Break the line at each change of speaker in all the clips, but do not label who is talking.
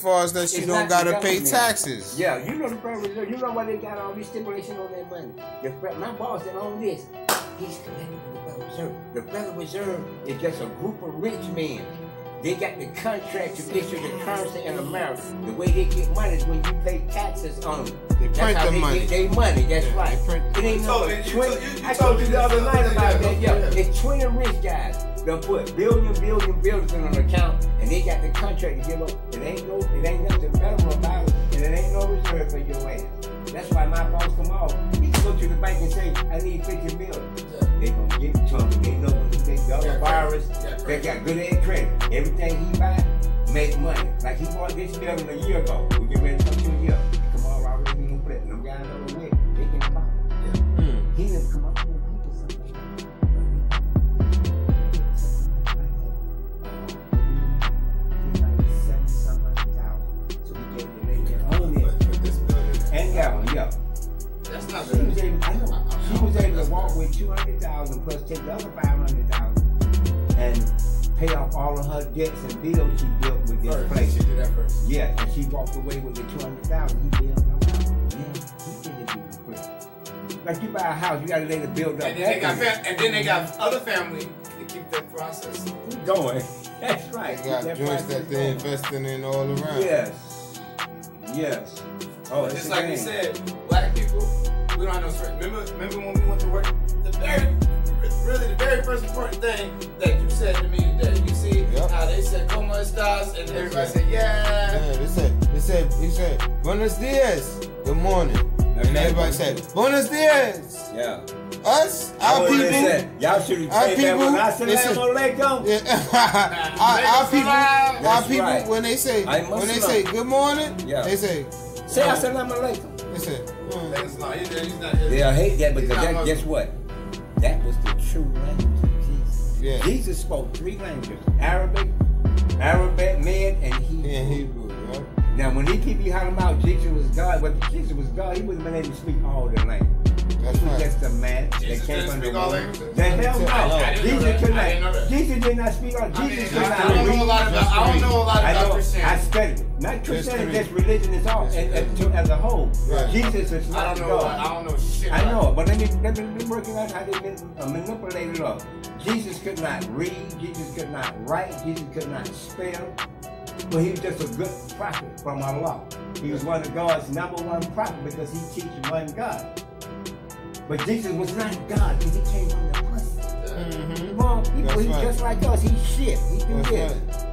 far as that you
It's
don't
not the
gotta pay
government.
taxes.
Yeah, you know the Federal Reserve. You know why they got all these stipulation on their money. The, Fed- my boss that owned this, he's connected to the Federal Reserve. The Federal Reserve is just a group of rich men. They got the contract to issue the currency in America. The way they get money is when you pay taxes on them.
They
That's
print
how
the
they
money.
get their money. That's
Yeah, they
right.
print the
It ain't no
money. You told- you- you- you
I told you the
told
other
me
night
that.
about that. Yeah,
Yeah.
it's twenty rich guys that put billion, billion, billions in an account, and they got the contract to give up. It ain't no, it ain't nothing federal about it, and it ain't no reserve for your ass. That's why my boss come off. He can go to the bank and say, "I need fifty million. They gonna give it to him. They know they got
Yeah,
a virus.
yeah,
They
correct.
got good ass credit. Everything he buy, make money. Like he bought this building a year ago. We get ready to come to a year. Come on, Robert, we gonna put it. Them guys over there, they can buy. it.
Mm.
He didn't come up with people something.
But- but this building-
And yeah, yeah.
That's not
She was
good.
able, I know, she was able to walk with two hundred thousand plus take the other five hundred thousand and pay off all of her debts and bills she built with this
First,
place.
she did that first.
Yeah, and she walked away with the two hundred thousand. He built no house. Yeah, he did it really quick. Like you buy a house, you gotta lay the build up.
And then they got fam- and then they got other family to keep that process.
Keep going. That's right.
They got
Keep
joints
process
that they're
going.
investing in all around.
Yes. Yes. Oh, it's
Just
a
like
game.
you said, black people, we don't have no strength. Remember, remember when we went to work? The very, really, the very first important thing that you said to me today. You see
Yep.
how they said "como estás" and everybody
it.
said "yeah."
Yeah, they said, they said, he said, Buenos dias, good morning. And everybody said, Buenos dias.
Yeah.
Us, our
Oh,
people.
listen, Y'all should
our
have said that when
people-
I said
listen.
Lego.
Yeah. our,
Make
our
us
people,
laugh.
our
That's
people,
right.
when they say,
I must
when they
laugh.
say good morning,
Yeah.
they say, "Oh,"
Say assalamu alaikum.
they say, mm.
That's not- he's- he's not here.
They'll hate that
He's
because
not
that,
Muslim.
guess what? That was the true language of Jesus.
Yeah.
Jesus spoke three languages Arabic, Arabic, men, and Hebrew.
in Hebrew, yeah.
Now, when these people hollering out Jesus was God, but Jesus was God, he wouldn't been able to speak all the language.
That's
He was
right.
just a man that
Jesus
came
didn't
from the
speak all
woman.
languages?
The hell
I
no.
didn't know
Jesus
that.
could
I didn't know
not.
that.
Jesus did not speak all.
I, mean,
Jesus could
I,
not
I don't know a
read.
lot about. I don't know a lot
I
about
know. I
Christianity.
studied. it. Not Christianity,
three.
just religion is all,
Just
and, and
three.
to- as a whole.
Right.
Jesus is
I
not
don't know. I
God.
don't know shit.
I
about
know, but let me let me, let me work it out how they been uh, manipulated up. Jesus could not read. Jesus could not write. Jesus could not spell. But he was just a good prophet from Allah. He was one of God's number one prophet because he teaches one God. But Jesus was not God, and he came from the pussy.
Mm-hmm.
Wrong
That's
people, he's
right.
just like us. He's shit. He do
That's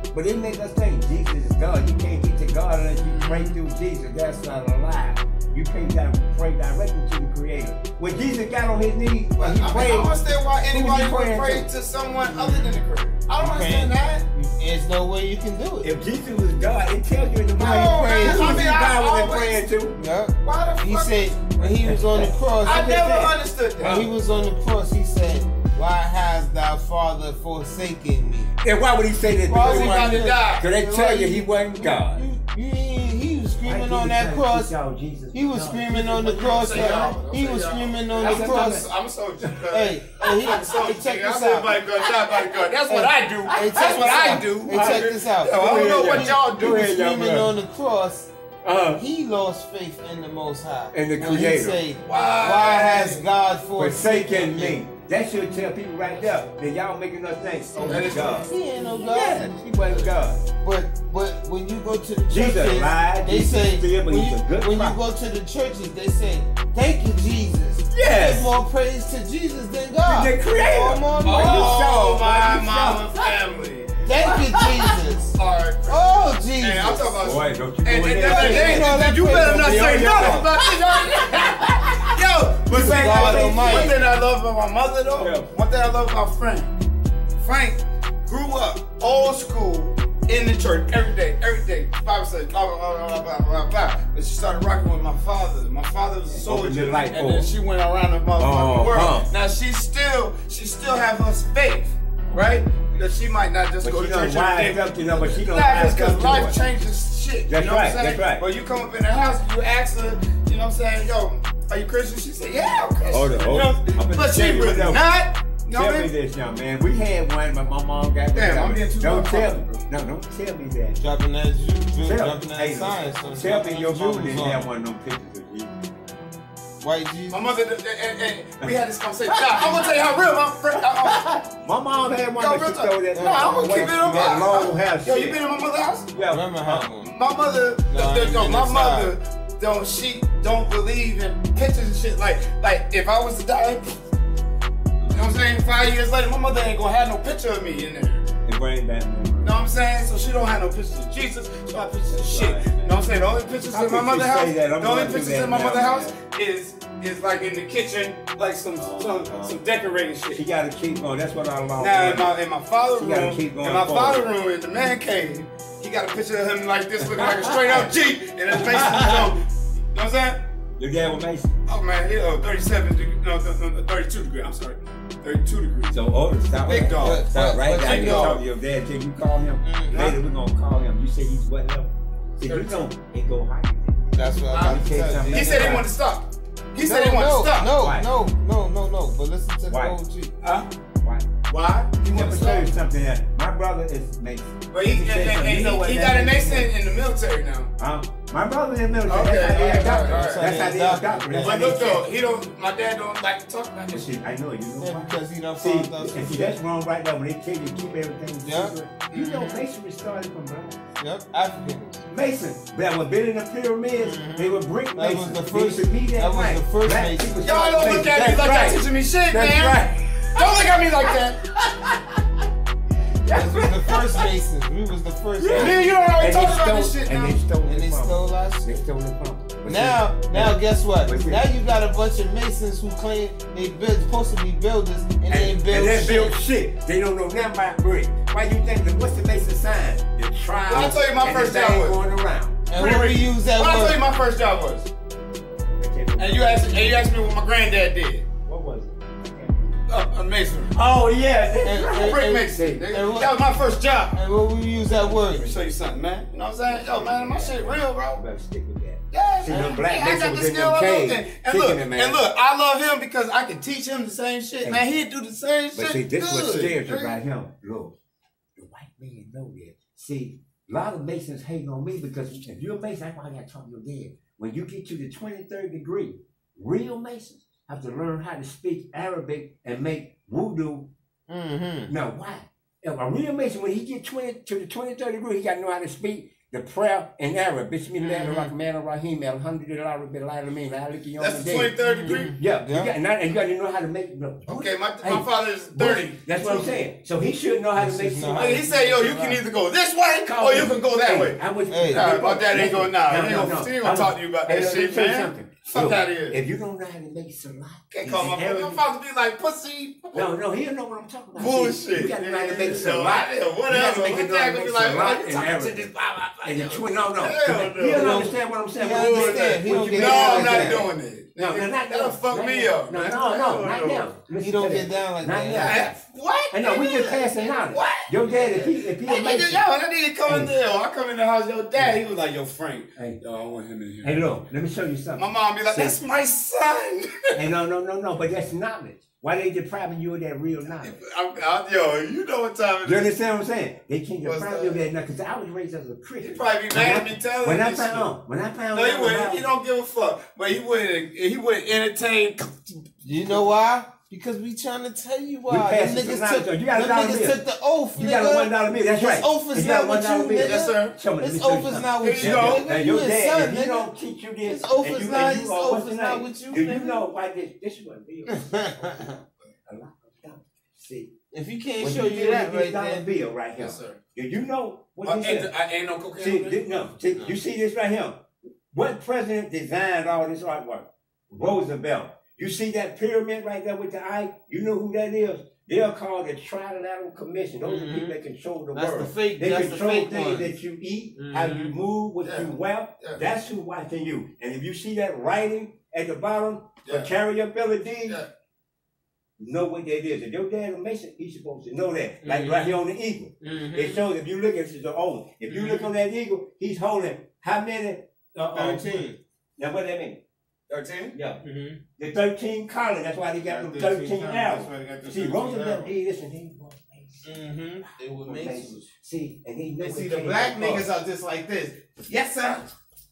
this. But it makes us think Jesus is God. You can't get to God unless you pray through Jesus. That's not a lie. You can't di- pray directly to the Creator. When Jesus got on his knees,
But I,
he
mean, I
prayed.
don't understand why anybody would
praying
pray
to?
to someone other than the creator. I don't
Okay.
understand that.
There's no way you can do it.
if Jesus was God, it tells you in the Bible
No,
he prayed
man.
to.
I mean, I
God wasn't
always-
praying to.
Yeah.
Why the
He
fuck?
said when he was on the cross,
I never
that.
understood that.
when he was on the cross, he said, "Why has thy father forsaken me?"
And why would he say that?
Why
Because
was he
wasn't
about to
good.
die?
Because they tell you he wasn't God.
You, you, he was
Why
screaming
people
on
trying
that
to
cross.
teach y'all Jesus
He was
God?
screaming on the cross.
Say y'all.
He
Say
was
y'all.
screaming on
That's
the
what
cross.
I'm a soldier.
Hey, hey, he-
I'm a soldier.
hey, check
nigga.
this
I
out.
said, "Body guard, die by the guard." That's what I do.
Hey, check
That's what
this
I
out.
do.
Hey, check this out.
Yo, I don't know what y'all
He
do.
was
Hey, y'all,
screaming
bro.
on the cross.
Uh,
He lost faith in the Most High.
And the
When He
Creator.
say,
Why?
Why has God
forsaken me. That should tell people right there that y'all making us think oh,
That is
God.
He ain't no God.
Yeah, he wasn't God.
But but when you go to the churches,
Jesus lied,
they
Jesus
say
said, but
when,
he's
you,
a good
when you
prophet.
go to the churches, they say, "Thank you, Jesus."
Yes.
Give more praise to Jesus than God.
The creator.
Oh, my
Oh,
Lord.
saw,
my
you
mama family
Thank you, Jesus.
are.
Oh, Jesus.
Hey, I'm talking about.
Boy, don't you go
And,
in
and,
there.
and,
hey,
and,
hey,
and you
hey,
better not
hey,
say
hey,
nothing
hey,
about this. Yo, but say,
God
one,
Almighty.
one thing I love about my mother though.
Yeah.
One thing I love about Frank. Frank grew up old school in the church every day, every day. Bible study, blah blah blah blah blah blah blah. But she started rocking with my father. My father was a
Open
soldier,
your light
and then
bulb.
she went around the motherfucking
Oh,
world.
huh.
Now she still, she still have her faith, right? Because she might not just
But
go
she
to
done
church every
wise
day.
up to them, but she done
Nah,
wise
just
up
because
to
life
them.
changes shit.
That's
you know
right,
What I'm saying?
that's right.
But you come up in the house, you ask her, you know what I'm saying? Yo, are you Christian? She said, Yeah, I'm Christian.
Hold on, hold
You know,
on. I'm gonna
but she
tell you
really
what
not. You know what
Tell
I
me
mean?
this, young man. We had one, but my mom got me
Damn, I'm
another.
getting too
Don't
much
tell
coffee,
me.
bro.
No, don't tell me that.
Dropping that, ju-
Tell,
dropping that
hey,
science. on-
tell me
dropping
your
them
mama
jewels
didn't
on
have
it.
one of them pictures of Jesus.
White Jesus.
My mother, and, and, and we had this conversation. Nah, I'm gonna tell you how real my friend. I,
My mom had one
Yo,
that she
real talk.
throw that
Nah, I'm gonna
way-
keep it on
that
my-
long hair
I, yo, you
shit. uh,
been in my mother's house?
Yeah.
Grandma had one.
My mother,
Nah,
no,
I ain't
my
been
mother, don't she don't believe in pictures and shit. Like, like if I was to die, you know what I'm saying? Five years later, my mother ain't gonna have no picture of me in there.
It bring back
You know
memories.
what I'm saying? So she don't have no pictures of Jesus. She don't have pictures of shit.
Right.
You know what I'm saying? The only pictures
How
in my
could you
mother
say
house,
that? I'm
the only
gonna do
pictures
that
in my
now,
mother house
man.
is is like in the kitchen, like some
Oh,
some,
oh.
some decorating
She
shit.
gotta keep going. That's what I long.
Now
for.
in my in my father
She
room,
gotta keep
in
going
my
forward.
father room, in the man cave, he got a picture of him like this, looking like a straight up G, and his face is jump. You know what I'm saying?
Your dad was Mason.
Oh man, he oh, 37 degree, no, th- th- 32 degree. I'm sorry, 32 degrees.
So older, stop
Big
right.
dog.
Stop right
But- but
now.
you
You
know-
talk to your dad. Can you call him?
Mm.
Later we're gonna call him. You say he's what level? See, you
32.
know it go higher. than that.
That's what I'm
He said
telling
something.
you.
He said he wanted to stop. He said he wanted to stop.
Why?
No, no, no, no, no. But listen to the
Why?
OG.
Huh?
Why?
Why? He
Let
wanted
me
to
tell
stop.
you something. That my brother is Mason.
But he, and,
said
and,
something.
and
You know what
he, he
that
got an
means.
accident in the military now.
Um, my brother in the military.
Okay,
that's how
all
they
right,
adopted.
all right, all
right.
That's how they adopted. That's how
But
they
look though,
checked.
he don't. My dad don't like to talk about
But
this shit.
see, I know you know
Yeah,
why.
because he done
See,
found out some
and see,
shit.
that's wrong right now. When they tell you keep everything
Yeah.
secret, you know
Mhm.
masonry started from black.
Yep, African.
Mason that were building the pyramids, they were brick
Mm-hmm. That was
masons.
the
They
first-
used to meet
that was
night.
the first
Black
Mason.
people
Y'all
started
don't look at me
That's
like
right.
y'all teaching me shit,
That's
man.
right.
Don't look at me like that.
This was the first Masons. We was the first.
Me
Masons.
and you don't already
And
talk
they
about
stole,
this shit
and
now.
they stole,
And they
the pump.
stole our
They
shit.
stole the pump. But
Now,
see,
now,
yeah.
guess what?
What's it?
Now you got a bunch of Masons who claim they build, supposed to be builders, and, they
and,
ain't
and
build
they
shit.
built shit. They don't know nothing about brick. Why you think that? What's the Mason sign? The trial.
Let me tell you my
and
first
the thing
job was.
going around.
And when we use that
When I tell
word,
you my first job was,
I can't remember.
and you asked, and you asked me what my granddad did.
What was it? I can't remember.
Uh, amazing.
Oh yeah.
And- and-
Brick mason.
and
nigga.
what-
That was my first job.
and when we use that
Let
word,
me show you something, man. You know what I'm saying? Yo, man, my shit real, bro.
better stick with that.
Yeah,
See,
man.
them black
Yeah, I
niggas
got
was
the
in
skill
them
I know
caves
that. And
kicking
look,
them
and
ass.
look, I love him because I can teach him the same shit, man. He'd do the same shit.
But see, this
good.
was scared you
man.
about him. Look, the white man know that. See, a lot of Masons hating on me because if you're a Mason, that's why I gotta talk to your dad. When you get to the 23rd degree, real Masons have to learn how to speak Arabic and make voodoo.
mm-hmm.
Now, why? If a real Mason, when he get 20 to the 23rd degree, he gotta know how to speak the prayer in Arab. Bismillah,
Mm-hmm.
Mhm.
Rahman, Rahim, Alhamdulillah, Rabbil Alamin, Maliki Yawmid
That's the
Din.
23rd degree.
Yeah,
Yeah.
You got, and, I- and you gotta know how to make the
Okay, my, my
Mm-hmm. Hey,
father is 30.
That's what I'm saying. So he should know how to
This
make
is
some
not-
Like,
money.
he said, yo, you can either go this way or you can go that
Hey,
way.
I was,
Hey.
Nah, my dad ain't going, nah, he
No,
don't-
no, no.
he don't
I was-
talk to you about
hey,
that
let me
shit,
tell you
man.
something.
Fuck
Look,
outta here.
If you don't know how to make some money,
Can't call my father. My father be like, pussy.
No, no, he don't know what I'm talking about.
Bullshit.
You gotta know how to make
Yo,
some
I-
money.
yeah, Whatever.
You gotta make
My
it know how
dad
to
gonna be
make
like,
some
why
money
you
and
talking to
everything.
this? blah, blah,
And the
blah,
twin, no, no.
Hell
He don't
no.
understand what I'm saying.
He
When
don't
you get
understand. He
when
don't
you
get
get
down
No,
there
I'm
like
not
that.
doing it.
No, no, not
That'll
now.
fuck
Not
me
now.
up.
No,
man.
no, no,
Hell
not now. Listen
You
to
don't
that.
get down like
Not
that.
now.
Yeah, What?
I know, we just passing knowledge.
What?
Your dad, if he, if he
Hey,
a
nigga, yo,
Mason.
that nigga come in
Hey.
there. I come in the house, yo, dad. He was like, yo, Frank.
Hey.
Yo, I want him in here.
Hey, look, let me show you something.
My mom be like, that's my son.
Hey, no, no, no, no, but that's knowledge. Why they depriving you of that real knowledge?
I'm, I'm, yo, you know what time it
You
is.
understand what I'm saying? They can't
What's
deprive you of that knowledge because I was raised as a Christian.
He probably
When
be mad
I-
at me telling
When
him
I
this
found
shit.
out, when I found
No,
out,
he wouldn't.
about-
He don't give a fuck. But he wouldn't. He wouldn't entertain.
You know why? Because we trying to tell you why.
passing
Them
some
niggas
knowledge
took,
on you. You got a
them
dollar
niggas
bill.
took the oath,
you
nigga.
got a one dollar bill. That's
This
right.
oath is
You got
not
a
with
$1
you,
bill.
nigga.
Yes, sir.
Show me, let me
This
show you
oath is
something.
not with
Here
you,
you go.
nigga.
Now,
You
your
his
dad,
son,
if you
nigga.
don't teach you this,
This oath
and
is
you,
not-
and
this
you are,
oath
what's
is
his
not
name?
with you,
Do you
nigga.
know why this? This is what bill. A lot of stuff. See,
if you can't
when
show
you
you
deal
that
with
right
this dollar
there,
bill right here,
Yes, sir.
do you know
I
what he
ain't,
said?
Uh, I ain't no
See,
cocaine.
thi- no, see, you see this right here. What president designed all this artwork? Roosevelt. You see that pyramid right there with the eye? You know who that is? They're called the Trilateral Commission. Those are the people that control the
that's the
world.
fake.
they
That's the
control
fake
things
one.
that you eat, how you
Mhm.
move, what you
Mm-hmm. Yeah.
wear.
Yeah.
That's who watching you. And if you see that writing at the bottom,
Yeah.
carryability,
Yeah.
know what that is. If your dad a Mason, he's supposed to know that. Like
Mm-hmm.
Mhm.
right here on the eagle.
Mhm.
It shows if you look at the old. If you look
Mm-hmm.
Mhm.
on that eagle, he's holding how many? Uh, uh,
Thirteen.
Now what that mean?
Thirteen.
Yeah,
Mhm.
the thirteen collar. That's why they got them thirteen
That's
arrows.
why they got the
See,
13
Roosevelt
arrows.
did this and he was Mason.
Mm-hmm. They would
with
make you.
Macy's. See, and he knew.
They
it
see the
came
black
from us.
niggas are just like this. Yes, sir.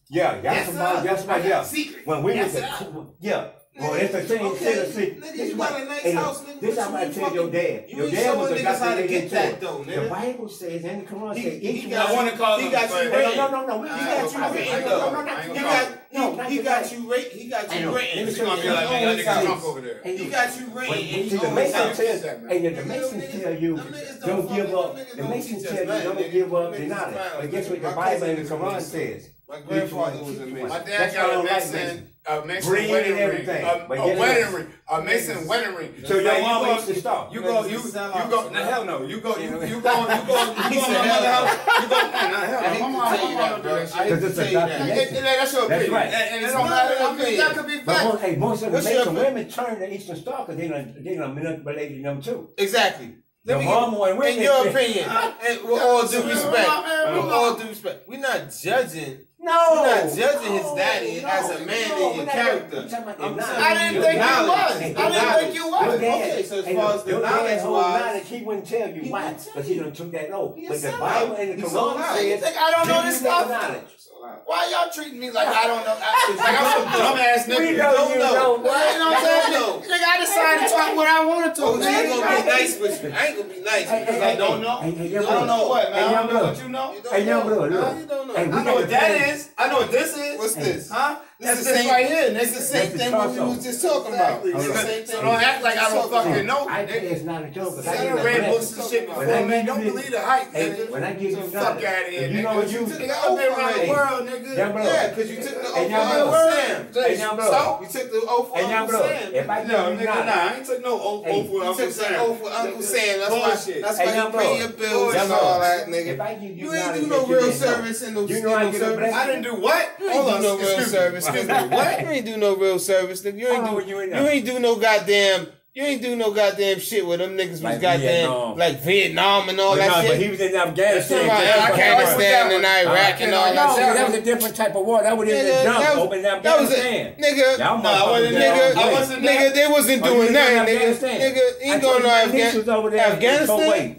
Yeah, y'all
Yes,
yes, somebody,
sir.
y'all somebody,
I got
yeah.
secret.
When we
Yes,
was
sir.
at, yeah. Well, it's the same
Okay,
Tennessee.
nigga,
This
you
why-
got a nice
and
house, nigga,
This
but
I'm about
you
to tell your
fucking-
dad.
you
Your
ain't
dad
showing
was a
niggas how to
goddamn
get that,
tour.
though,
The
nigga.
Bible says, and the Quran
He-
says,
he
each
got-
one-
I wanna call
he
him
got
first.
you. No, no, no, no, we- he
I
got
ain't gonna
you.
call him.
written. No, no, no,
I ain't
no,
gonna
no,
call him.
no,
He
not
he
today.
got you rate. He got
I
you
know.
written.
Let me
He's
tell
gonna
you
be like,
something.
man, that nigga
Always
drunk
is.
over there.
And
He
you-
got you written.
When
and
the
you always
Masons
out.
tell, and the
Them
Masons
niggas-
tell you,
them niggas
don't
fuck-
give
them
up.
niggas
The
don't
Masons
teach us
tell you,
nothing,
don't
nigga.
give up,
Them
deny
niggas is
it.
wild.
But guess what the
My
Bible
cousin
and the
is a
Quran
Mason.
says?
My
Each
grandfather
one,
was a
each
Mason.
one.
My dad
That's why I
got a
don't like
Mason, a Mason
Green and
wedding ring,
everything.
a,
But
a
get
wedding
it.
ring, a Mason wedding
So
ring.
your
Like, you
mama
go-
used to stop.
You go, you, you
Niggas sell
go,
out.
no, hell no, you go, you, you go, you go, you go,
I
you go,
hate to tell
to my mother's
you.
house, you go, nah, nah, hell
I hate
no, my
to
mama, my
tell you
mama
that,
do
bro.
that
I hate
shit.
Because
to
it's a
tell you that.
documentary.
That- that- That's your
That's
opinion,
right.
and and it
It's
don't
not
matter,
your
I mean,
opinion.
that could be
But most, hey, most
fact.
of the
What's your
Mason
opinion?
women turn to Eastern Star because they done, they done manipulated them too.
Exactly.
The
Let me get-
mama and women.
in your opinion, and with all due respect, with all due respect, we're not judging.
No.
We're not judging his
No,
daddy
no,
as a man
no,
in your
we're not-
character.
I'm talking about the
I'm
knowledge.
saying-
I didn't
Your
think you
knowledge. Your
was. I didn't
knowledge.
think you was.
Your dad-
Okay, so as
and
far as the
your dad
knowledge
whole
was-
knowledge, he wouldn't tell you
He
why,
wouldn't tell
because he
you.
done took that oath.
He
But the
said
Bible
it.
and the
He's so
Quran
loud.
You
says,
think I don't know
"Give
this
me that
stuff?
knowledge."
Why y'all treating me like I don't know? I, like I'm some dumbass
We
nigga.
know you don't know.
Well, you know what I'm saying?
Don't
Nigga, nigga, I decided to talk what I wanted to.
Oh, you
nigga.
ain't gonna be nice with me. I ain't gonna be nice
Hey,
because
hey,
I
hey,
don't
hey.
know.
Hey, hey,
You
young
don't
blood.
know what,
Hey,
man.
young blood.
you know?
You don't
Hey, young
know.
blood,
Nah,
look.
you don't know.
Hey, we
I
I
know
know what
what
that is. I know what this is.
What's this?
Huh?
This is the
That's the same
same-
right here. That's the
That's
same
the
thing what we
torso.
was just talking about.
Exactly.
It's the
Hold on.
same thing. So don't act like I don't fucking know.
I think
nigga.
it's not a joke. 'cause
I
I
done
did
read
that.
books and shit before,
When I
man.
give
Don't
you-
believe the hype,
Hey,
nigga.
when I give you
Fuck
knowledge,
out of
if you
here, nigga.
know what
You
you-
took the oath around the
Hey,
world, nigga.
young blood.
Yeah, because you took the
Hey,
oath
young
around
blood. Hey,
the world.
young blood.
So, you took the oath
Hey,
for
young
Uncle
blood.
Sam.
If I
nigga.
give
No,
you
nigga,
knowledge-
nah. I ain't took no oath
Hey,
oath for You
You
Uncle
took that
Sam.
oath with Uncle Sam. That's why.
Bullshit.
That's
Hey,
why
young
you pay
bro.
your bills
Young
and all
bro.
that, nigga.
If I give you
You ain't do
knowledge
no
that you
real
didn't know.
service in no
You
in
know I
no
get a
service.
blessing.
I didn't do what?
You
Hold
ain't
on,
do no real
excuse me.
service,
Excuse
nigga.
me. What?
You ain't do no real service, nigga. You ain't
Oh,
do
you
you
ain't
ain't,
know.
do no goddamn you ain't do no goddamn shit where them niggas was
Like
goddamn
Vietnam.
like Vietnam and all
But
that
no,
shit.
but he was in
Talking
Afghanistan. That's
about
what happened.
Afghanistan and
Uh,
Iraq and all that
No,
shit.
that was a different type of war. That was in the
Nigga,
jump
that was-
over in
that was a-
Afghanistan.
Nigga,
Y'all
nah, I wasn't,
motherfuckers
nigga,
down
I
the
wasn't,
way.
nigga, they wasn't
Oh, you
doing
was in
nothing, nigga.
Afghanistan.
Nigga,
I
ain't going
told
to
you, my niece was over
Afghanistan.
there in
Afghanistan?
Kuwait.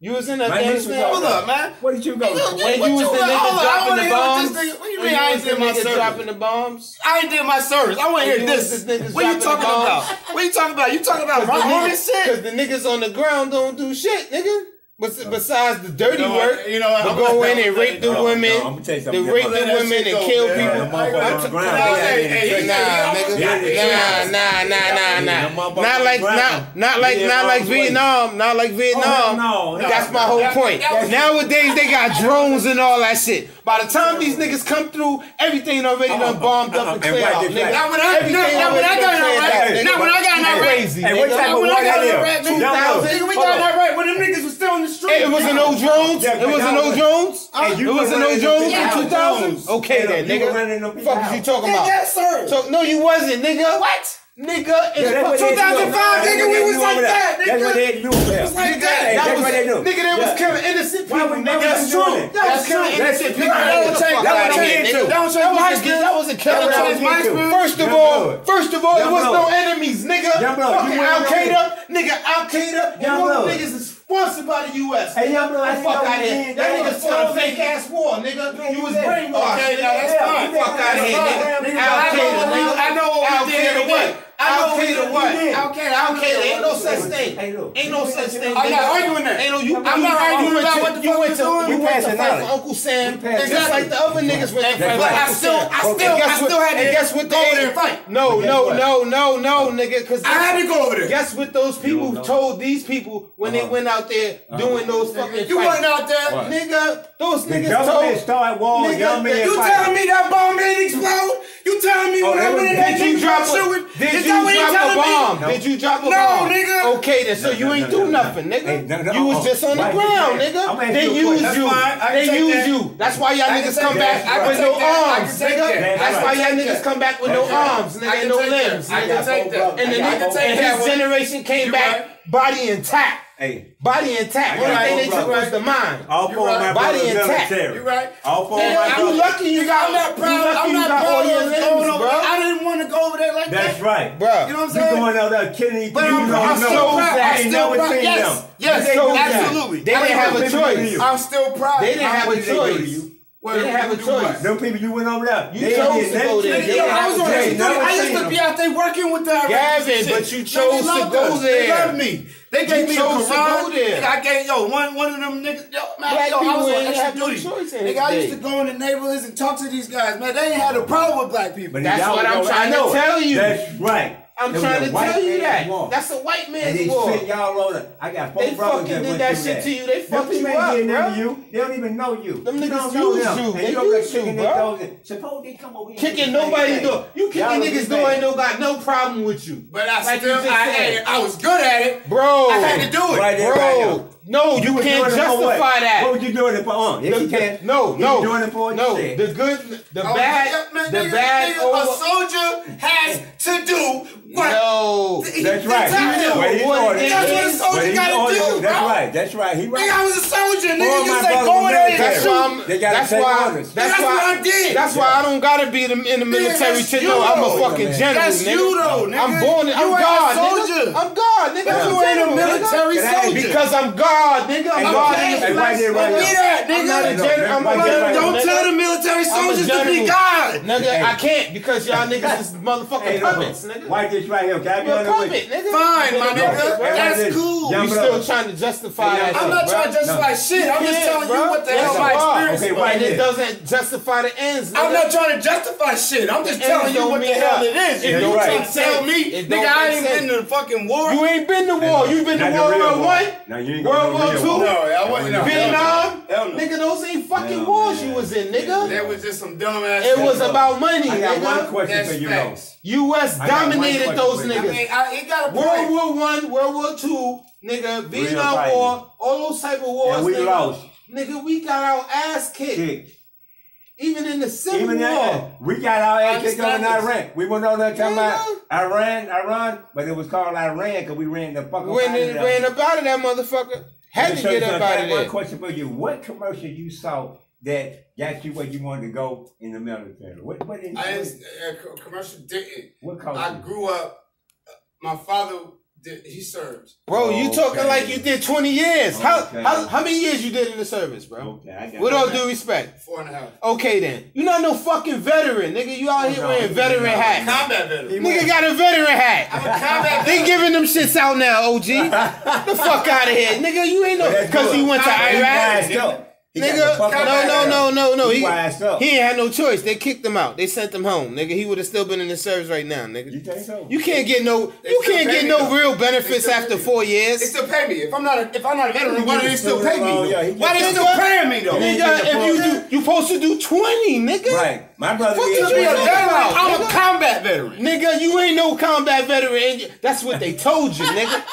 You was in
My niece was
Afghanistan?
over
Hold
there.
up, man.
Where did you go?
When
Kuwait.
you was the
Hold up,
nigga
I
dropping
wanna
the
hear what
bombs?
this nigga- what do you
When
mean I
you
ain't
was the
did my
nigga
service?
dropping the bombs?
I ain't did my service. I want
Hey,
to hear
you
this.
was this nigga's
What you
dropping
talking
the
about?
bombs.
What you talking about? You talking about
Cause
my
the
homie
niggas-
shit?
Cause the niggas on the ground don't do shit, nigga. Bes- besides the dirty
You know what?
work,
You know what?
to
I'm
go
gonna-
in and rape the
No,
women,
no, I'm gonna tell you
to
something.
rape the
Let that
women
shit
and
go,
kill
man.
people.
Them motherfuckers on the ground.
Nah,
they had it in
hey, hey,
the face.
he said he
Nah,
almost
nigga.
got me.
Nah, nah, nah, nah,
Yeah,
nah.
them motherfuckers
Not like,
on the
not,
ground.
not like,
Yeah,
not like
always.
Vietnam. Not like Vietnam.
hell no, no.
That's my whole
That-
point.
that was-
Nowadays they got drones and all that shit. By the time these niggas come through, everything already done bombed up and
uh-uh, and
cleared
right
out,
this right.
nigga.
Now when I-
Everything
now when
already
I got
done
in
cleared
Iraq-
out, nigga.
now when I got in
You
Iraq-
crazy,
Hey, what
nigga.
type of
Now, when
war
I got in
that
Iraq,
is?
Two
Y'all
thousand.
know.
Nigga, we
Hold
got
on.
that right when them niggas was still in the street.
Hey, it wasn't no drones.
Yeah,
It wasn't no
but
drones.
Hey,
It
you
wasn't
were
no
running
drones
them
in
people
two
out.
thousand. Okay
Yeah,
then,
you were
nigga.
running them people
Fuck is
out.
you talking
Yeah,
about?
yes, sir.
So no, you wasn't, nigga. What? Nigga, it's
Yeah, that's what they do.
2005,
That's
nigga.
what
We
they
was
do
like
over there.
that, nigga.
That's what they do over there.
was like that.
Hey,
That
that's
was-
what they do.
Nigga, they
Yeah.
was killing innocent people.
Why would- why
nigga,
would
that's
you
true.
do that?
That was
That's
killing
true.
innocent
That's it.
people.
That
That was
was what they
killing
into.
innocent.
That was
That wasn't
what they
killing. That wasn't
That
killing.
was what
innocent
they
people. First of
into. Young
all,
blood.
first of all, there
Young
was no
blood.
enemies, nigga.
Young blood,
Fucking
you went
Al
over there.
Qaeda, nigga. Al Qaeda.
Young
All them
blood.
niggas is sponsored by the U.S.
Hey, young blood, I
The fuck
didn't know
out
you
here.
did
That
that.
nigga's started a fake
You did.
ass war, nigga. You
Man, you
was
did.
brainwashed.
Okay, now that's
nigga.
fine.
Fuck out of here, nigga.
Nigga,
Al
I know
Qaeda,
what-
nigga.
I know what
Al
we did.
Qaeda what?
I know
Al
what we
Qaeda
did.
what?
You did.
Al Qaeda, Al Qaeda. Ain't no such
Hey,
thing.
look.
Ain't no such thing.
I'm
not
nigga.
arguing that.
Ain't no you.
I'm not
you went
arguing
to-
about what the
you
fuck
went
we
to-
doing.
You
We
went to
passing
fight for
knowledge.
Uncle Sam,
We passing
just like
knowledge.
the other niggas went to fight
That's
for Uncle Sam.
right.
I still- I still-
And guess
I still
what-
had to
and guess what?
go
they-
there and fight.
No,
But guess
no,
what?
no, no, no, nigga. Because
I had to go over there.
Guess what those people
don't know.
told these people when they
Uh-huh.
went out there doing those fucking
You
fights?
weren't out there.
What?
Nigga, those
The
niggas
government
told.
started wars,
Nigga,
young men
you
You
fighting.
telling me that bomb didn't explode? You telling me
Oh,
when I
that
went in
was-
that
Did you
nigga
drop
drop
a,
shooting?
did
Is
you
that what he
drop a
telling me?
bomb?
No.
Did you drop a
No,
bomb?
nigga.
Okay, then, so
No,
you
no,
ain't
no,
do
no,
nothing,
no.
nigga.
Hey, no, no,
you was
uh-uh.
just on the
Why you
ground,
mad? I'm
nigga.
asking
They
you a
used
question.
you.
That's fine. I can
They
take
used
that.
you. That's why y'all
I can
niggas
take
come
that. I
back
can
with no
take that. I can
arms,
take
nigga.
that.
That's
I
why
can
y'all
take
niggas
that.
come back with no
That's right.
arms,
I
nigga,
can
and no
take that.
limbs,
I
nigga.
can take that.
And the
I can
nigga,
take that
and his
one.
generation came
You
back body intact.
Hey.
Body intact.
I got
Only thing
four
they took was
brothers.
the mind.
All
You
four of my
right.
Body
brothers
intact.
military.
You right.
All four of
Yeah,
my
I'm
You
brothers.
lucky you
Nigga,
got.
I'm not
you
proud.
lucky
I'm
you
not
got
proud
all
of
your
what's going
limbs,
on.
bro.
I didn't want to go over there like like
That's
that.
right.
Bruh.
You know what I'm
You
saying?
going out there killing each
But
you
I'm,
know,
I'm
no,
still proud.
I
I'm
ain't
still
never
proud.
seen
Yes,
them.
yes,
They know that.
absolutely.
They
I
didn't have a
They didn't
choice.
do
I'm still proud.
They didn't
I'm
have a
with you.
choice.
Well,
They didn't have a
do
choice.
what?
No,
Them people you went over there.
You
they
chose
did
to go
nothing.
there. They
Yo, I
have
was
a
on
choice.
Instagram. I
never
used
seen
to be
them.
out there working with the Iraqis and
Gavin,
shit.
but you
Yo,
chose
they
to
loved
go
us. They
there.
loved me. They
You
gave me a
chose to go
Quran.
there.
Nigga, I gave yo one one of them niggas. Yo, man,
Black
yo, I
people
was on
ain't have
extra
no
duty.
choice in
Nigga,
it
I
today.
used to go in the neighborhoods and talk to these guys. Man, they ain't had a problem with black people.
But
That's
y'all
what
was
I'm
over- I
trying to
know it.
tell you.
That's right.
I'm
It was
trying
a
to
white
tell you
man's
that.
war.
That's a white
And
man's
they
war.
spit y'all on it. I got four
They
brothers
fucking
that
did
went
that
through
shit to you. They
Them
fucked you
people ain't
up,
did nothing
bro.
to you. They don't even know you.
Them
you
niggas
don't know
use
them.
you.
And
They
you over there
use you,
kicking
bro.
their doors in. Suppose they come over here. and
Kicking
do the same
nobody's
thing.
door. You
Y'all
kicking
would be
niggas door
mad.
ain't no got no problem with you.
But I
Like you
still,
just
I,
said.
had, I was good at it.
Bro.
I had to do it.
Right there, right there.
Bro, no, you,
was
can't
doing it for
justify
what?
that.
What was you doing it for? Um, yes,
The-
you can.
No,
You
no,
was doing it for what you
no.
said.
The good, the
Oh,
bad,
yeah, man,
the
nigga,
bad.
nigga,
over-
a soldier has to do what
no,
he-
That's
he
right.
got to do.
Well,
Where he's
What
ordered.
it That's what a is-
soldier
Where he's
gotta
ordered.
do,
That's
bro.
right. That's right. He
Nigga, I
right.
was a soldier.
All
Nigga, you
my
say
brothers
go
were
in there and
that's
military.
shoot.
why. I'm,
They gotta
that's
take
why.
orders.
That's,
That's
why
what I did.
That's why I don't gotta be the, in the military
that's
shit.
you
though. I'm
though.
a fucking
That's
general.
you
nigga.
though,
I'm
nigga.
born. I'm
You ain't a
God,
soldier.
nigga. I'm God, nigga.
But
I'm
you ain't a
general, nigga.
military
Can I-
soldier.
Because I'm God, nigga. I'm
Hey,
God
look,
in
hey,
the
right
flesh.
there,
Don't
right
be
there.
that,
I'm not a
nigga.
general. I'm a
Right there,
general.
right there.
Don't
nigga.
tell the military
I'm a
soldiers to be
general.
God.
Nigga,
Hey.
I can't because y'all niggas is motherfucking
Hey,
puppets,
look,
nigga.
Watch this right here. Can I be
You're a
on the
puppet,
way?
nigga.
Fine, my nigga.
Hey,
That's
listen.
cool.
Young
I'm
You
brother.
still trying to justify
Hey,
that?
I'm
shit,
not
bruh.
trying to justify shit. I'm just
Yeah,
telling you
bruh.
what the
That's
hell
a
my
bar.
experience
Okay,
was.
why
And
Yeah.
it doesn't justify the ends.
I'm
nigga.
not trying to justify shit. I'm just
And
telling you
don't
what the
mean
hell
that.
it is.
Yeah,
If you
right.
trying to tell me,
It don't
nigga, I
make
ain't
sense.
been to the fucking war.
You ain't been to war. You've been to
Not the
World
real
War
war.
One,
No, you ain't
World
gonna
War
do
Two,
the real war.
No, I wasn't- no.
Vietnam.
Hell no.
Nigga, those ain't fucking
Hell
wars
no.
you was in, nigga.
That was just some dumb ass.
It was about money,
I got one
nigga.
question
That's
for you though.
facts.
U.S.
I got one
dominated
question
those
for you.
I mean,
niggas.
I, it got a
World
point.
War One, World War Two, nigga, Vietnam
fighting.
War, all those type of wars.
And we
nigga.
lost.
Nigga, we got our ass kicked.
Shit.
Even in the Civil
Even
War.
that, we got our ass kicked on
Understand this.
Iran. We went on there talking about
Nigga.
Iran, Iran, but it was called Iran because we ran the fucking.
When
out of
it
there.
ran up out of that motherfucker, had to
Let me show you
get up
something.
out
I
of
got One
there.
question for you: What commercial you saw that got you where you wanted to go in the military? What what did
I didn't, uh, co- commercial didn't.
what
I
caused you?
grew up. My father did. He served.
Bro, you talking
Oh, Okay.
like you did 20 years.
Okay.
How, how how many years you did in the service, bro?
Okay, I got
With
it.
all due respect.
Four and a half.
Okay then. You not no fucking veteran, nigga. You out
Oh,
here
No,
wearing
no,
veteran
no.
hat.
Combat veteran.
Nigga got a veteran
I'm
hat.
a combat
They
veteran.
giving them shits out now, OG. the fuck out of here. Nigga, you ain't no
That's
cause
good.
you went to
He
Iraq.
wised up. He got the
Nigga,
fuck
no,
up out
no,
of
no,
there.
no, no. He,
He wised up.
he ain't had no choice. They kicked him out. They sent him home, nigga. He would have still been in the service right now, nigga.
You think so?
You can't get no.
They
you
still
can't
pay
get
me,
no
though.
real
They
benefits
still
after
pay me.
four
They
years.
still pay me. If I'm not a, if I'm not a veteran, why do they still pay
Oh,
me?
yeah, he
though? Why
gets
they
the
still
fuck-
pay me though?
Nigga, if you do, you supposed to do twenty, nigga.
right? My brother
Fuck
is.
you,
Be a
Nigga.
veteran. I'm a
Nigga.
combat veteran.
Nigga, you ain't no combat veteran. and you- That's what they told you, nigga.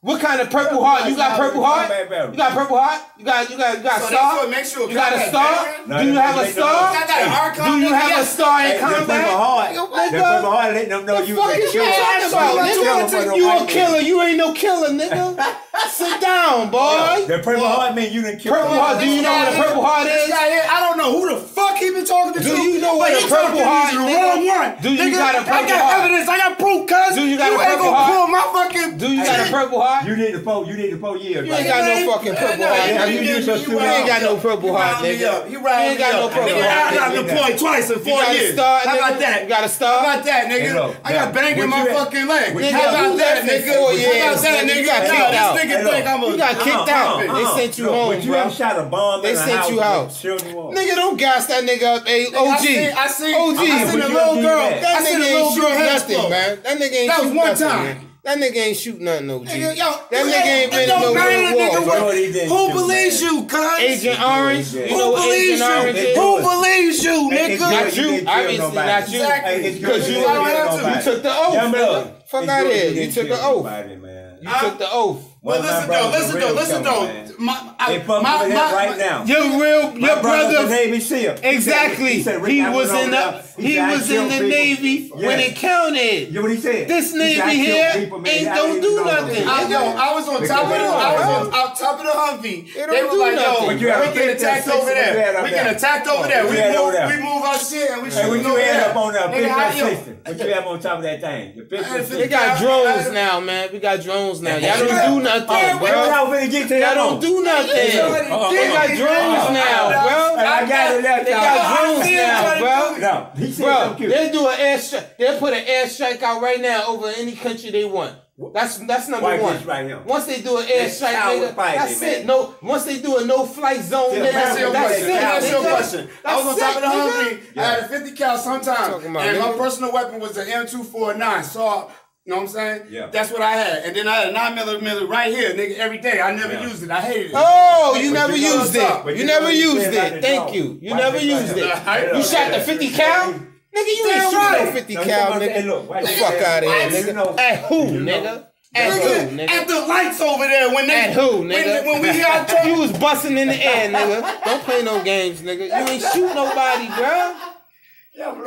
What kind of purple heart? You got purple heart?
Combat veteran.
You got purple heart? You got you got you got
So
a
that's
star?
what makes you a
You got a
combat
star?
veteran?
No,
Do you
that
have a
makes no
I
star?
sense.
got an hard
Do you have a star in
Hey, they're
combat?
playing hard.
Nigga,
They're
nigga.
playing hard. They don't know
The
you.
fuck is
a
you
killer.
talking about,
You a killer for
nigga?
no
You a
white man.
killer. You ain't no killer, nigga. Sit down, boy.
The purple heart mean you done killed.
Purple
them.
heart, do you know what a purple heart
This
is?
guy here, I don't know who the fuck he been talking to.
Do you know what
But
a
he
purple
talking to
heart
the
is?
wrong one.
Do you
Nigga,
got a
I
purple
got
heart?
evidence. I got proof, cuz.
Do you got a
ain't
purple
gonna
heart?
pull my fucking.
Do you got a
shit.
purple heart?
You need the four. You need the four years.
You ain't
right?
got
Nigga,
no fucking
ain't-
purple
nah,
heart.
he
Yeah,
nigga.
you
didn't
use
get
your
me.
shoe
He
now.
You ain't got no purple
You
heart,
round me up.
nigga. You
You round
ain't
me
got no
up.
purple
Nigga, I
heart.
got
nigga.
deployed twice in
You
four
got a
years.
star,
How about
nigga?
that?
You got a
How
star?
about that, nigga?
Hey, look,
I got
now,
banged in
what
my
you at-
fucking leg.
what
How
you
at?
about
You
that,
left in
nigga?
four
How
years,
about that,
nigga?
nigga?
You got
Nah,
kicked out.
this
Hey,
nigga
look,
think I'm a.
You got
uh-uh,
kicked out.
uh-uh,
They
uh-uh.
sent you
Look,
home,
But you
bro.
ever shot a bomb
They
in a
sent
house
you
when
out.
Children was.
Oh. Nigga, don't gas that nigga up. Hey, OG.
I seen- I seen-
OG.
I
seen a
Would you
little
do
girl-
That,
I
that
seen
nigga
a little
ain't
girl
shoot
head
nothing,
explode.
man. That nigga ain't
That was
shoot
one
nothing,
time.
man. That nigga ain't shoot nothing, OG.
Nigga, yo,
that nigga ain't been in no
don't matter,
real
nigga,
war.
You know
bro.
what he did,
Who
too,
believes
man.
you, cuz?
Agent Orange. You
Who
know
Who
what
believes
Agent
you?
Orange
They
is?
do
Who
it.
believes you,
Hey, it's good
Not
nigga?
you.
didn't kill
Obviously
nobody.
not you.
Hey, it's good
Because you,
didn't kill
you
nobody.
took the oath,
Young blood.
nigga. Fuck
It's
outta
good
here. You
didn't
took
kill
the oath.
nobody, man.
You took the oath.
One of my
Well, listen though,
brothers
listen
a
though,
real
listen
killer,
though.
man.
My,
They fucking with him right now.
Your real,
My
your
was
brother.
Navy SEAL. He said-
Exactly. He,
said, "Rick, I
was
went
in
over
the
there."
he
said, "I
was in
killed
the
people."
Navy when
Yes.
it counted.
You know what he said?
This
He said, "I
Navy
killed
here
people, man.
ain't
I
don't
ain't
do
know them."
nothing.
I
nigga.
know. I was on top of the. I was on, on top of the Humvee.
It
They
don't
were
do
like,
nothing.
"Yo,
But
we
you have to
get
think that
attacked
six
over
was bad
there.
up
We
there.
get attacked over there. We
Yeah, over
move.
there.
We move our our shit and we
Hey,
shooting
what you
over
end
there.
up on that
Nigga, how
picture
you-
system? What you have on top of that thing? The picture
Hey,
system.
They got drones now, man. We got drones now. Y'all don't do nothing,
Wait,
bro.
I was finna get to
Y'all
that
don't
one.
do nothing.
They
Oh,
They got
oh,
drones
oh,
now,
oh,
bro.
Hey, I got it left
They
out.
got drones
I'm still
now,
trying to
bro.
do
No, he said
Bro,
something cute.
they do an airstrike. They put an airstrike out right now over any country they want. That's that's number
White
one.
bitch right here.
Once they do an
That's
airstrike,
how
nigga,
it fight,
that's
man.
it. No, once they do a no flight zone,
Yeah,
nigga,
Can I ask you a
that's
question?
it.
Can I ask you a
nigga.
question? I was on
That's
top of the
it, nigga.
hungry. I had a 50 cal sometime.
Talking about,
And my
nigga.
personal weapon was the M249. So, you know what I'm saying?
Yeah.
That's what I had. And then I had a 9 millimeter right here, nigga, every day. I never
Yeah.
used it. I hated it.
Oh, you
But
never
you know
used
what's up,
it.
but
You
you
never
know you
used
said about
it.
the
Thank
dog.
you. You
White
never
bitch right
used
here.
it.
Yeah,
You
yeah,
shot the
yeah.
50 cal? Nigga, you
Damn
ain't shooting no
right.
50
Now, you
cal,
talking about that-
nigga.
look, white
The
bitch.
fuck out of here,
White bitch, you know-
nigga. At who,
you know-
nigga? At who,
Nigga,
nigga?
At the lights over there when they
At who, nigga?
When, when we out
you was busting in the air, nigga. Don't play no games, nigga. You ain't shoot nobody, bro.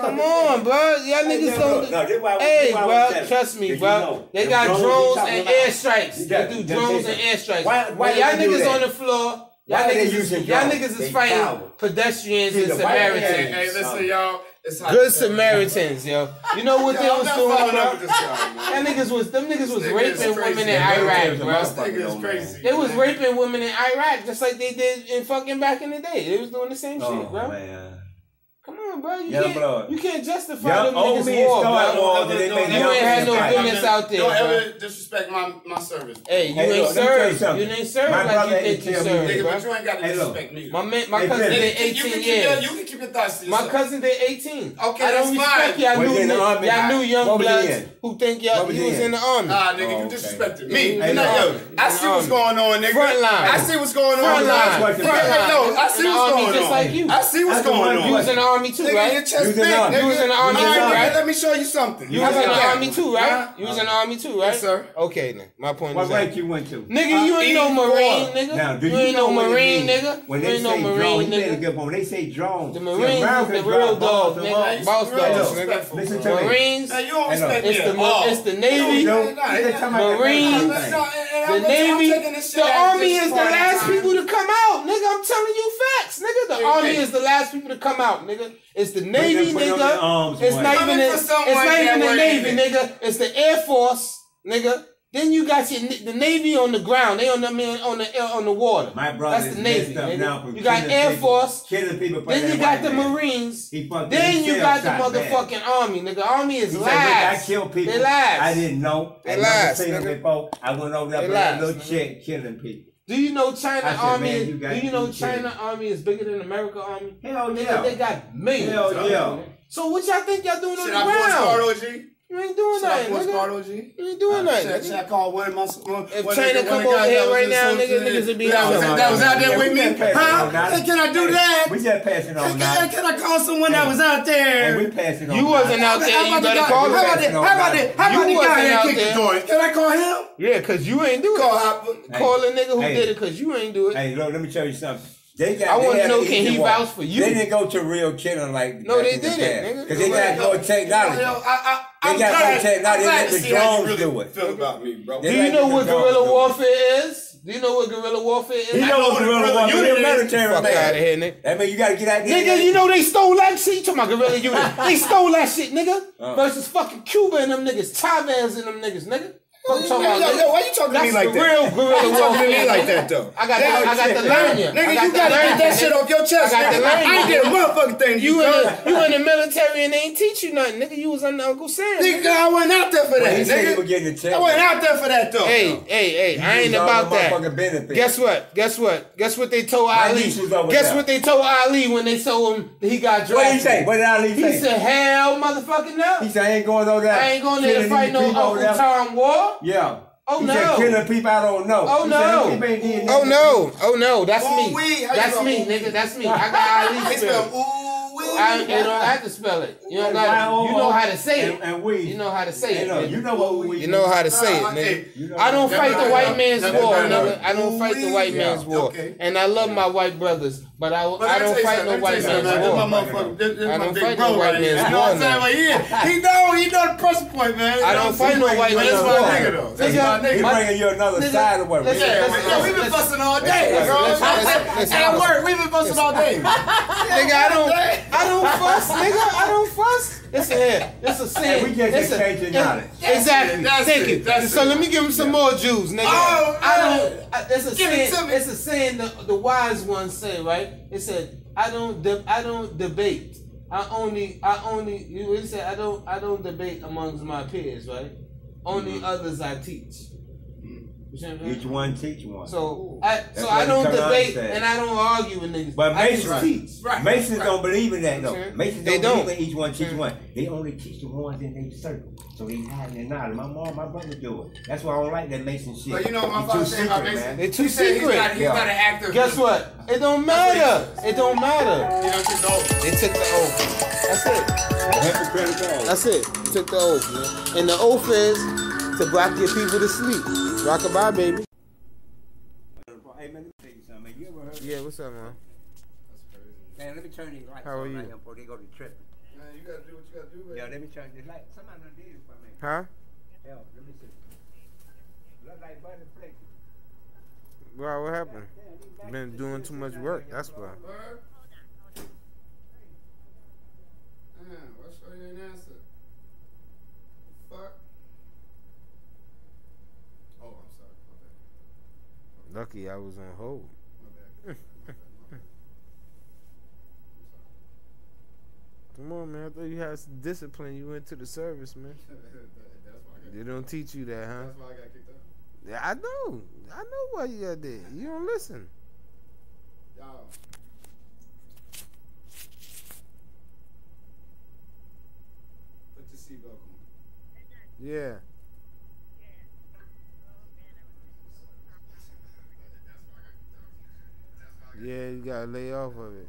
Come on, bro. Y'all niggas
look,
don't.
no, that's why I was-
hey,
that's why I was
bro.
telling
Trust me,
you.
bro.
You know,
they
the
got
drones
drones
you
and
talking about.
airstrikes.
You got-
They do
you got
drones
taser.
and airstrikes.
Why- why
When y'all
they do
niggas
that?
on the floor.
Why
Y'all
they
niggas, is,
using
y'all
drones?
niggas is
They
fighting
cowards.
pedestrians
They
and
the white
Hey,
Samaritans.
man.
hey, listen, y'all. It's hot.
Good Samaritans, yo. You know what they
Y'all, I'm
was
not
doing,
following up
bro?
with this guy, man.
That niggas was them niggas was
Nigga,
raping
it's crazy.
women in
Yeah,
Iraq,
it's a
bro.
motherfucker. Oh,
This nigga is
Fucking
crazy.
They was raping women in Iraq just like they did in fucking back in the day. They was doing the same shit, bro.
Oh, man.
Come on, bro. You
Yellow
can't
blood.
you can't justify
Young
them
old
niggas
men
war,
start
bro.
war. Or did they make
You ain't had no
Right.
business out there,
Don't
bro.
ever disrespect my, my service.
Hey, you
Hey, look,
ain't
let me tell you
served.
something.
You ain't served
My
like you
brother
think
ain't
you
tell me
served,
Nigga,
bro.
but you ain't gotta
Hey, look.
disrespect me.
My man, my
Hey,
cousin
Vince,
did
you can
18
keep your,
years.
you can keep your thoughts to
My
yourself.
cousin did 18. I
Okay,
don't
that's fine.
respect y'all
Was he
new,
in the
y'all
army?
new young
What was he
bloods
in?
who think
What
y'all
was
you
he
was
in?
in the army.
Nah, nigga,
Oh,
you
okay.
disrespected
Hey,
me.
no.
Not yo, I see what's going on, nigga.
Front line.
I see what's going on.
Front line.
Front
Front line.
No, I see
In the
what's
army
going
just
on.
like you.
I see what's
That's the one
going
You was
on.
in the army too,
Nigga, your
right?
chest
You was
big,
in the army.
nigga.
You was in the army
All
too,
nigga,
right?
Let me show you something.
You
You was in the
Yeah.
army too, right? You was in the army too, right?
Yes, sir.
Okay, then. My point
What
is
rank
that.
you went to?
Nigga, you ain't no
Uh,
marine,
E4.
nigga.
Now, do
you,
you,
ain't
know
no
what it
marine,
means
nigga.
When
you
they
ain't no
say drone,
marine,
you better
nigga.
get when they say drone.
The
see,
Marines is
Americans
the real
drop bombs
dogs,
and
nigga.
bombs.
Boss
Real
dogs,
disrespectful,
nigga.
Listen to me.
Marines,
Now, you don't
Hey, look,
respect me
it's
at
the
all.
it's the navy.
No,
No,
no, no,
they talking about
Marines,
that
No,
thing.
and
The
I'm- I'm
Navy,
taking this shit
the
out
Army
just
is the
part of
last
time.
people to come out, nigga. I'm telling you facts, nigga. The
Hey,
Army
hey.
is the last people to come out, nigga. It's the Navy,
them- put them in
nigga.
arms,
It's
boy.
not even
Coming
the,
for
it's
someone
not
that
even the
we're
Navy,
even.
nigga. It's the Air Force, nigga. Then you got your the Navy on the ground. They on the man on the air on the water.
My brother
That's
is
the Navy,
messed up
nigga.
now from
You got
killing
Air
people-
Force.
Killing people for
Then
that
you got
white
the
man.
Marines.
He fucked
Then you got
himself
the
shot bad.
motherfucking Army, nigga. Army is
He said, "Look,
lies.
I kill people.
They lies.
I didn't know.
They
I never
lies,
seen them
nigga.
before. I went over there
They
with that
lies,
little
nigga.
chick killing people.
Do you know China
I said,
Army?
man, you got-
do you know
you
China
kidding.
Army is bigger than America Army?
Hell
Nigga,
yeah.
They got millions.
Hell
of
yeah.
them. So what y'all think y'all doing on
Should
the
I force card
ground?
OG? Should
You ain't doing
I
nothing,
force
nigga.
card OG?
You ain't doing
Should, should
nothing.
I call one of my one,
If
one
China
nigga,
come over
one guy
here
that was
right
in
now,
some
nigga,
shit
niggas would be
that was,
out.
that was out there with me.
We just passing
Huh?
on out.
Hey, can I do that?
We just passing on
Hey, can, I,
now.
can I call someone that was out
And we
there?
passing on
You
now.
wasn't out there.
How
You
about the
better
guy?
call
How
him.
about the
back.
how about the how about
You
the
wasn't
guy that
out
kicked the
there.
door? Can I call him?
Yeah, cause you ain't do
Call
it.
him.
Hey.
Call a nigga who
Hey.
did it, cause you ain't do it.
Hey, look, let me tell you something. They got,
I
they
wanna
had
know,
an
can
easy
he
walk.
vouch for you?
They didn't go to real killing like
No, they didn't, nigga.
Because they got
Yo,
no technology.
Yo, I, I, I'm
They got no
glad-
tech- now
I'm
they
glad
let
to
the
see how you
drones
really
do it.
Feel about me, bro.
Do
They
you know
like
what
the dogs
guerrilla
do.
warfare is? Do you know what guerrilla warfare is?
He knows the real
guerrilla
one. You're
unit
a
is-
military
Fuck outta
man.
here, nigga.
That mean you got to get out there.
Nigga, you know they stole that shit. You talking about guerrilla unit? they stole that shit, nigga.
Uh.
Versus fucking Cuba and them niggas, Chavez and them niggas, nigga. Fuck you talking
Yo,
about,
yo,
nigga?
yo, why you talking to
That's
me like
the
that?
real guerrilla
You talking to me
warfare,
like
nigga.
that, though?
I got, the, I got the lanyard. I
Nigga,
got
you
the
gotta get that
lanyard,
shit
nigga.
off your chest,
I got the
nigga. I ain't
lanyga.
did a motherfucking thing to you,
You in,
bro.
the, you in the military and they ain't teach you nothing, nigga. You was under Uncle Sam.
Nigga,
Nigga.
I wasn't out there for
Well,
that,
he said he was
nigga.
getting the check.
I wasn't out there for that, though.
Hey, hey, hey! I ain't
used all
about
the
that.
motherfucking benefits.
Guess what? Guess what? Guess what they told
My
Ali?
niece was over
Guess
there.
what they told Ali when they told him he got drafted?
What did he say? What did Ali
He
say?
said, "Hell, motherfucking no."
He said, I ain't going over there.
I ain't going there to
killing
fight
these
no
people over
Uncle
there."
Tom War.
Yeah.
Oh,
he Said,
no.
killing people I don't know.
Oh
He
no!
Said, "Them people ain't did
Oh
nothing."
no! Oh no! That's me.
Ooh, wee. How you
That's
spell
me,
ooh, wee?
nigga. That's me. I got
They
Ali
spell
spirit.
ooh, wee.
I you don't have to spell it. You don't
And
got.
Y-O-O.
You know how to say
And-
it.
And we.
You know how to say
Hey,
it.
look, You
nigga.
know what we.
You know how to say it,
Nah, hey,
nigga.
you know-
I don't
That
fight the
matter,
white
though.
man's
That
war,
matter.
nigga. I don't fight the white
Ooh-wee.
man's war,
Okay.
and I love my white brothers, But I, I
But let me
don't
tell you
fight
something,
no
let me
white
tell
man's
you something,
war.
man. This my motherfucker. This, this
I
my
don't
big
fight
bro
no white
right here. You
man's
know what
war,
I'm saying? Like, yeah, he know, he know the pressure point, man. You
I don't
know what I'm
fight no
saying?
white
But that's
man's
my
war.
nigga though. That's
Yeah.
my nigga.
He bringing you another
Nigga,
side of what we
listen,
Yeah,
Let's-
yeah, we've been
let's-
fussing all day,
let's-
bro.
let's-
I
let's-
said,
let's-
At
let's-
work, we've been fussing all day.
Nigga, I don't, I don't fuss, nigga. I don't fuss. It's a, yeah, it's a sin.
we just
It's a-
exchanging knowledge.
Yeah, exactly.
That's it,
Thank
that's
you.
it, that's
so
it.
let me give him some more Jews, nigga.
Oh,
I
man.
don't. I, it's a
Give it to
sin.
me.
It's a sin. The, the wise ones say, right? It said, "I don't. De- I don't debate. I only. I only." You know, he said, "I don't. I don't debate amongst my peers, right? Only
Mm-hmm.
others I teach." You see what I'm saying?
Each one teach one.
So I so
what
I don't
Quran
debate
said.
and I don't argue with niggas.
But
I just
Masons-
teach.
Right.
Masons
right.
don't believe in that
Sure.
though. Masons
They
don't,
don't.
believe in each one teach
Sure.
one. They only teach the ones in their circle. So they hiding their knowledge. My mom, my brother do it. That's why I don't like that Mason shit.
But you know what my
It's
father
too
said about
secret,
Mason?
They too
he said
secret.
He's not, he's
Yeah.
not an actor.
Guess what? It don't matter. It don't matter.
You know, just don't.
They took the oath. That's it.
Hypocritical.
That's it. You took the oath, man. And the oath is to rock your people to sleep. Rock a bye, baby.
Hey man, let me tell you something. man. You ever heard?
Yeah, what's up, man?
Man, let me turn these lights
How are
on
you?
right here before they go to tripping.
Man, you gotta do what you gotta do, man.
Yeah, let me turn these lights. Somebody done did it for me.
Huh?
Hell, let me see. Look like Buddy Flick.
Bro, what happened? Been doing too much work. That's why.
Word? Damn, why Shorty ain't answer? Fuck. Oh, I'm sorry. My bad.
Lucky I was on hold.
My bad. My bad. My bad.
Come on, man. I thought you had some discipline. You went to the service, man.
I'm sorry. That- That's why I got
They don't teach you that, huh?
That's why I got kicked out.
Yeah, I know. I know why you got there. You don't listen.
Y'all. Put your seatbelt on.
Yeah. Yeah, you gotta lay off of it.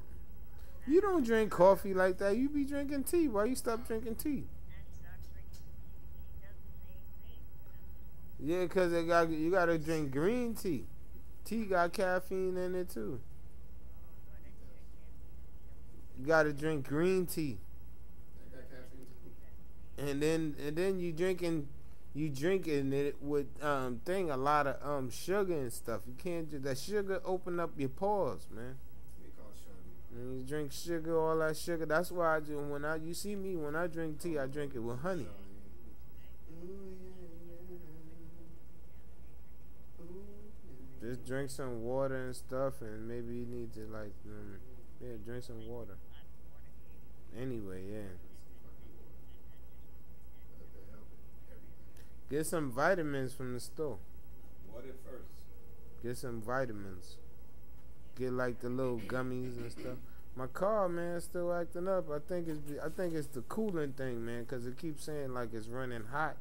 You don't drink coffee like that. You be drinking tea. Why you stop drinking tea? Yeah, cause it got you gotta drink green tea. Tea got caffeine in it too. You gotta drink green tea,
I got caffeine too.
and then and then you drinking, you drinking it with um thing a lot of um sugar and stuff. You can't ju- that sugar open up your pores, man.
Let me call Shorty.
And you drink sugar, all that sugar. That's why I do. When I you see me when I drink tea, I drink it with honey. Just drink some water and stuff, and maybe you need to like, um, yeah, drink some water. Anyway, yeah, get some vitamins from the store.
What if first?
Get some vitamins. Get like the little gummies and stuff. My car, man, is still acting up. I think it's the- I think it's the cooling thing, man, because it keeps saying like it's running hot.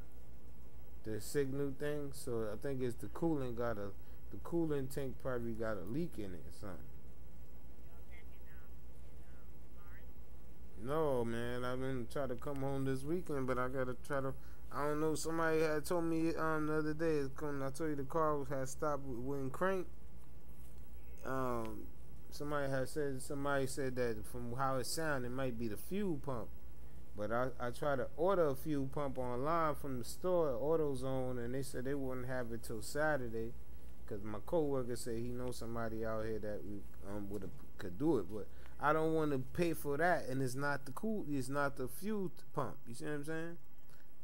The signal thing, so I think it's the cooling got a the cooling tank probably got a leak in it, son. No, man, I've been trying to come home this weekend, but I gotta try to. I don't know. Somebody had told me um the other day. it's Come, I told you the car was- had stopped with wouldn't crank. Um, somebody had said somebody said that from how it sounded, it might be the fuel pump. But I I tried to order a fuel pump online from the store, AutoZone, and they said they wouldn't have it till Saturday, because my coworker said he knows somebody out here that we, um would could do it, but. I don't want to pay for that, and it's not the cool, it's not the fuel pump. You see what I'm saying?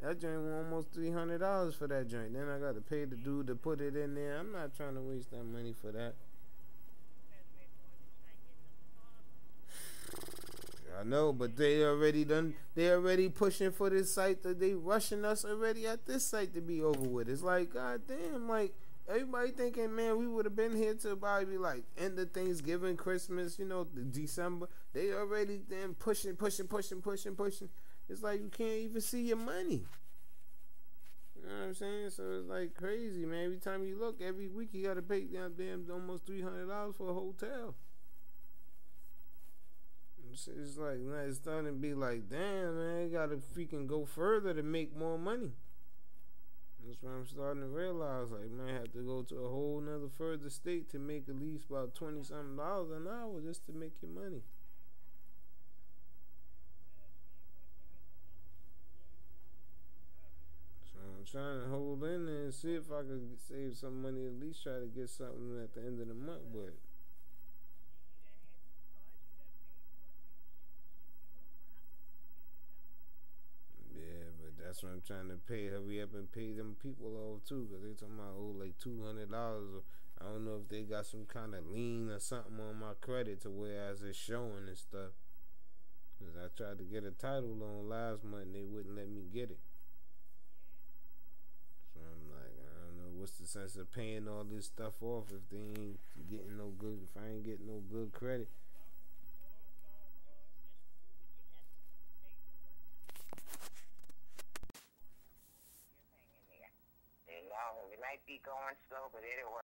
That joint was almost three hundred dollars for that joint. Then I got to pay the dude to put it in there. I'm not trying to waste that money for that. I know, but they already done. They already pushing for this site. That they rushing us already at this site to be over with. It's like, god damn, like everybody thinking, man, we would have been here till probably like end of Thanksgiving, Christmas, you know, the December. They already then pushing, pushing, pushing, pushing, pushing. It's like you can't even see your money. You know what I'm saying? So it's like crazy, man. Every time you look, every week you gotta pay damn damn almost three hundred dollars for a hotel. It's, it's like man, it's starting to be like, damn man, you gotta freaking go further to make more money. That's why I'm starting to realize I might have to go to a whole nother further state to make at least about twenty something dollars an hour just to make your money. So I'm trying to hold in there and see if I could save some money, at least try to get something at the end of the month, but Yeah, but that's what I'm trying to pay. Hurry up and pay them people off too, because they talking about oh like two hundred dollars. or I don't know if they got some kind of lien or something on my credit to where as it's showing and stuff. Cause I tried to get a title loan last month and they wouldn't let me get it. So I'm like, I don't know what's the sense of paying all this stuff off if they ain't getting no good. If I ain't getting no good credit.
uh, You know, it might be going slow, but it'll work.